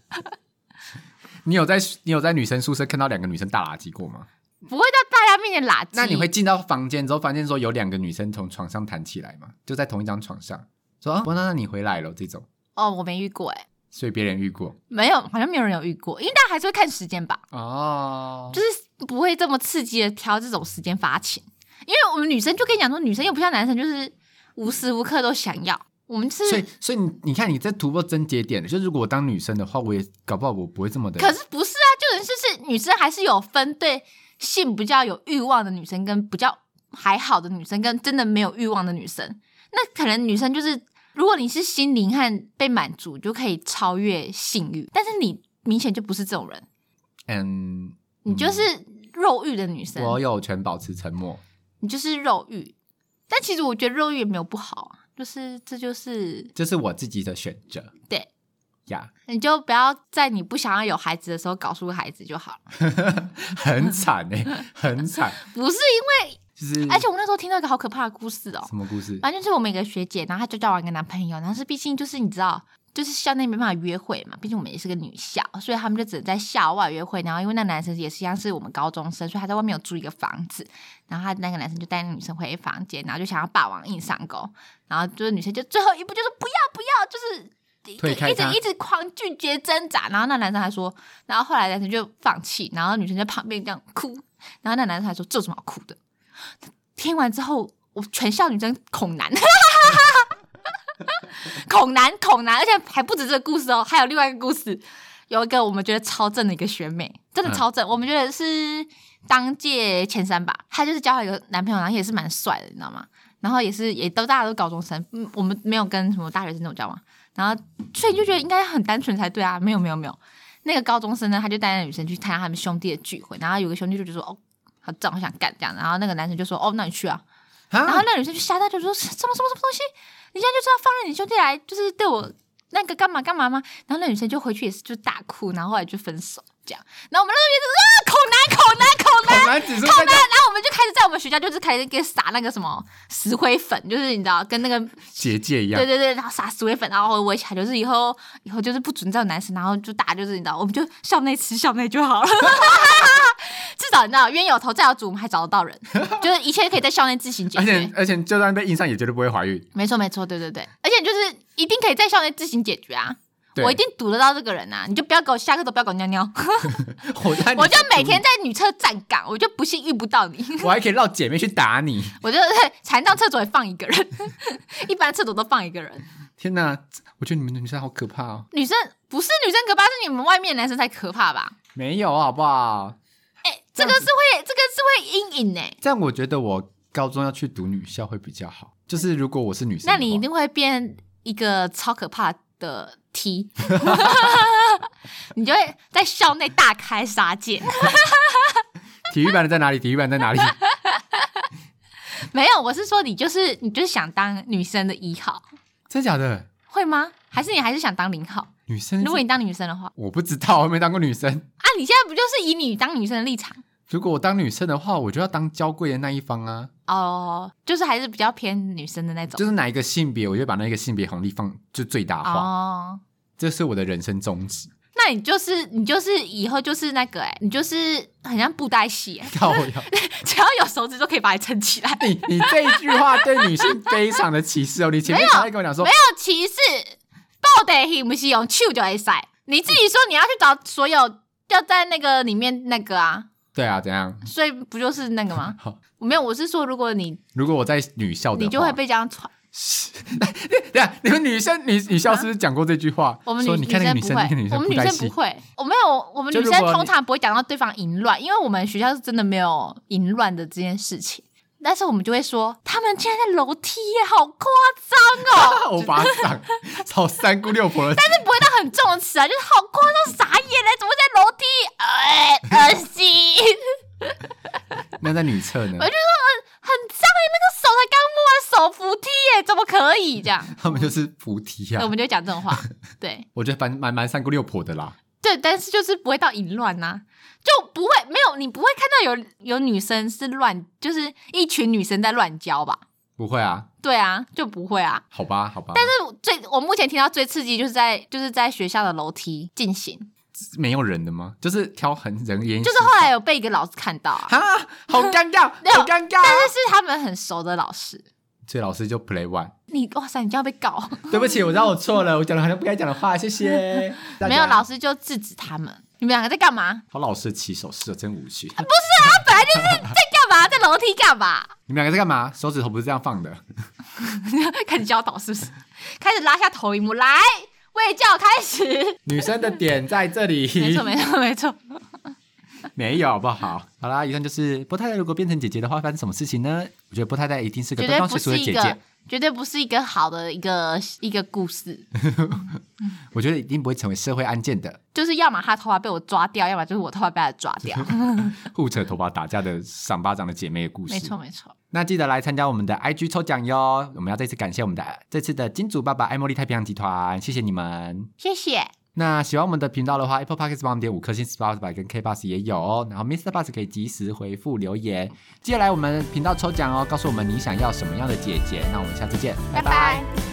S2: 你有在你有在女生宿舍看到两个女生大垃圾过吗？
S1: 不会在大家面前拉鸡。
S2: 那你会进到房间之后，发现说有两个女生从床上弹起来嘛，就在同一张床上，说啊，那那你回来了这种，
S1: 哦，我没遇过哎、
S2: 所以别人遇过
S1: 没有，好像没有人有遇过，因为大家还是会看时间吧，
S2: 哦，
S1: 就是不会这么刺激的挑这种时间发情，因为我们女生就跟你讲说，女生又不像男生，就是无时无刻都想要，我们是
S2: 所以所以你你看你在突破症结点了，就如果我当女生的话，我也搞不好我不会这么的，
S1: 可是不是啊，就人就是女生还是有分对性比较有欲望的女生，跟比较还好的女生，跟真的没有欲望的女生。那可能女生就是，如果你是心灵和被满足，就可以超越性欲，但是你明显就不是这种人，
S2: 嗯，
S1: 你就是肉欲的女生，
S2: 我有权保持沉默，
S1: 你就是肉欲。但其实我觉得肉欲也没有不好啊，就是这就是
S2: 这是我自己的选择，
S1: 对
S2: 呀，
S1: 你就不要在你不想要有孩子的时候搞出个孩子就好了，
S2: 很惨哎、很惨，
S1: 不是因为，
S2: 就是
S1: 而且我那时候听到一个好可怕的故事哦，
S2: 什么故事？
S1: 反正就是我们有个学姐，然后她就交往一个男朋友，然后是毕竟就是你知道，就是校内没办法约会嘛，毕竟我们也是个女校，所以他们就只能在校外约会。然后因为那男生也是一样是我们高中生，所以他在外面有租一个房子，然后他那个男生就带那个女生回房间，然后就想要霸王硬上弓，然后就是女生就最后一步就是不要不要，就是。一
S2: 推开他
S1: 直一直狂拒绝挣扎，然后那男生还说，然后后来男生就放弃，然后女生在旁边这样哭，然后那男生还说这有什么好哭的？听完之后，我全校女生恐男， 恐男恐男，而且还不止这个故事哦，还有另外一个故事，有一个我们觉得超正的一个学妹，真的超正，我们觉得是当届前三吧。她就是交了一个男朋友，然后也是蛮帅的，你知道吗？然后也是也都大家都高中生，嗯，我们没有跟什么大学生那种交往，然后所以你就觉得应该很单纯才对啊，没有没有没有，那个高中生呢，他就带那女生去参加他们兄弟的聚会，然后有个兄弟就觉得说哦，好正，好想干这样，然后那个男生就说哦，那你去啊，然后
S2: 啊，
S1: 那女生就吓到，就说什么什么什么东西，你现在就知道放任你兄弟来，就是对我那个干嘛干嘛吗？然后那女生就回去也是就大哭，然后后来就分手这样。然后我们那时候就觉得啊，口男口男口男。
S2: 恐男指数在
S1: 那然后我们就开始在我们学校就是开始给撒那个什么石灰粉，就是你知道跟那个
S2: 结界一样
S1: 对，对对，然后撒石灰粉，然后围起来，就是以后以后就是不准这种男生，然后就大家就是你知道，我们就校内吃校内就好了。 至少你知道冤有头债有主，我们还找得到人，就是一切可以在校内自行解
S2: 而
S1: 决。
S2: 且而且就算被印上也绝对不会怀孕。
S1: 没错，没错，对对对，而且就是一定可以在校内自行解决啊！
S2: 对
S1: 我一定堵得到这个人啊！你就不要给我下课都不要给我尿 尿，
S2: 我在
S1: 我就每天在女厕站岗，我就不信遇不到你，
S2: 我还可以绕姐妹去打你。
S1: 我就在残障厕所也放一个人， 一般厕所都放一个人。
S2: 天哪，我觉得你们女生好可怕哦。
S1: 女生不是女生可怕，是你们外面的男生才可怕吧？
S2: 没有好不好？
S1: 哎、这个是会，这个是会阴影哎、
S2: 这样我觉得我高中要去读女校会比较好。就是如果我是女生的
S1: 那
S2: 话，
S1: 你一定会变一个超可怕的 T，你就会在校内大开杀戒。啊
S2: 体育班的在哪里？体育班在哪里？
S1: 没有，我是说你就是你就是想当女生的一号，
S2: 真假的？
S1: 会吗？还是你还是想当零号？
S2: 女生
S1: 如？果你当女生的话，
S2: 我不知道，我没当过女生。
S1: 啊，你现在不就是以你当女生的立场
S2: 如果我当女生的话，我就要当娇贵的那一方啊。
S1: 哦，就是还是比较偏女生的那种
S2: 就是哪一个性别，我就把那个性别红利放就最大化，
S1: 哦。
S2: 这是我的人生宗旨。
S1: 那你就是你就是以后就是那个哎、你就是很像布袋戏、欸，
S2: 靠腰
S1: 只要有手指就可以把你撑起来，没
S2: 你你这一句话对女性非常的歧视哦！你前面才在跟我讲说，
S1: 有歧视，抱得起不是用手就会塞。你自己说你要去找所有要在那个里面那个啊，
S2: 对啊，怎样？
S1: 所以不就是那个吗
S2: 好？
S1: 没有，我是说如果你
S2: 如果我在女校的啊话，
S1: 你就会被这样传。
S2: 对啊，你们女生女女校是不是讲过这句话？
S1: 啊我们
S2: 说
S1: 女
S2: 你看那个女
S1: 女生不会，我
S2: 生，那个女生
S1: 们
S2: 不
S1: 女
S2: 带
S1: 生
S2: 戏
S1: 不，会，我没有，我们女
S2: 就如
S1: 生
S2: 果你
S1: 通常不会讲到对方淫乱，因为我们学校是真的没有淫乱的这件事情。但是我们就会说，他们竟然在楼梯耶，好夸张哦！
S2: 啊我巴掌，操三姑六婆的，
S1: 但是不会到很重的词啊，就是好夸张，傻眼嘞，怎么在楼梯？呃，恶心，
S2: 那在女厕呢
S1: 我？就很可以这 样，
S2: 他们就是菩提
S1: 对
S2: 啊
S1: 我。们就讲这种话，对
S2: 我觉得蛮蛮蛮三姑六婆的啦。
S1: 对，但是就是不会到淫乱呐、就不会没有你不会看到有有女生是乱，就是一群女生在乱交吧？
S2: 不会啊，
S1: 对啊，就不会啊。
S2: 好吧，好吧。但是
S1: 就最我目前听到最刺激就是在就是在学校的楼梯进行，
S2: 没有人的吗？就是挑很人烟稀
S1: 就
S2: 少，
S1: 是后来有被一个老师看到啊，
S2: 哈，好尴尬，
S1: 没有
S2: 好尴
S1: 但
S2: 尬。
S1: 是是他们很熟的老师。
S2: 所以老师就 play one。
S1: 你哇塞，你就要被告，
S2: 对不起，我知道我错了，我讲了好像不该讲的话，谢谢。大家
S1: 没有老，师就制止他们。你们两个在干嘛？
S2: 好老师起手式哦，真无趣。
S1: 本来就是在干嘛， 在楼梯干嘛？
S2: 你们两个在干嘛？手指头不是这样放的。
S1: 开始教导是不是？ 开始拉下头荧幕，来，喂教开始。
S2: 女生的点在这里，
S1: 没错，没错，没错。
S2: 没有好不好？好啦，以上就是波太太。如果变成姐姐的话，发生什么事情呢？我觉得波太太一定是个
S1: 绝
S2: 东
S1: 对
S2: 方
S1: 不
S2: 世俗的
S1: 是一
S2: 姐
S1: 个
S2: 姐，，
S1: 绝对不是一个好的一个一个故事，
S2: 我觉得一定不会成为社会案件的
S1: 就是要么他头发被我抓掉，要么就是我头发被他抓 掉。
S2: 互扯头发打架的赏巴掌的姐妹的故事。
S1: 没错，没错。
S2: 那记得来参加我们的 IG 抽奖哟！我们要再次感谢我们的这次的金主爸爸爱茉莉太平洋集团，谢谢你们。
S1: 谢谢，
S2: 那喜欢我们的频道的话，Apple Podcast 帮我们点五颗星，Spotify 跟 K Bus 也有哦。然后 Mr. Bus 可以及时回复留言。接下来我们频道抽奖哦，告诉我们你想要什么样的姐姐。那我们下次见，拜拜
S1: 拜拜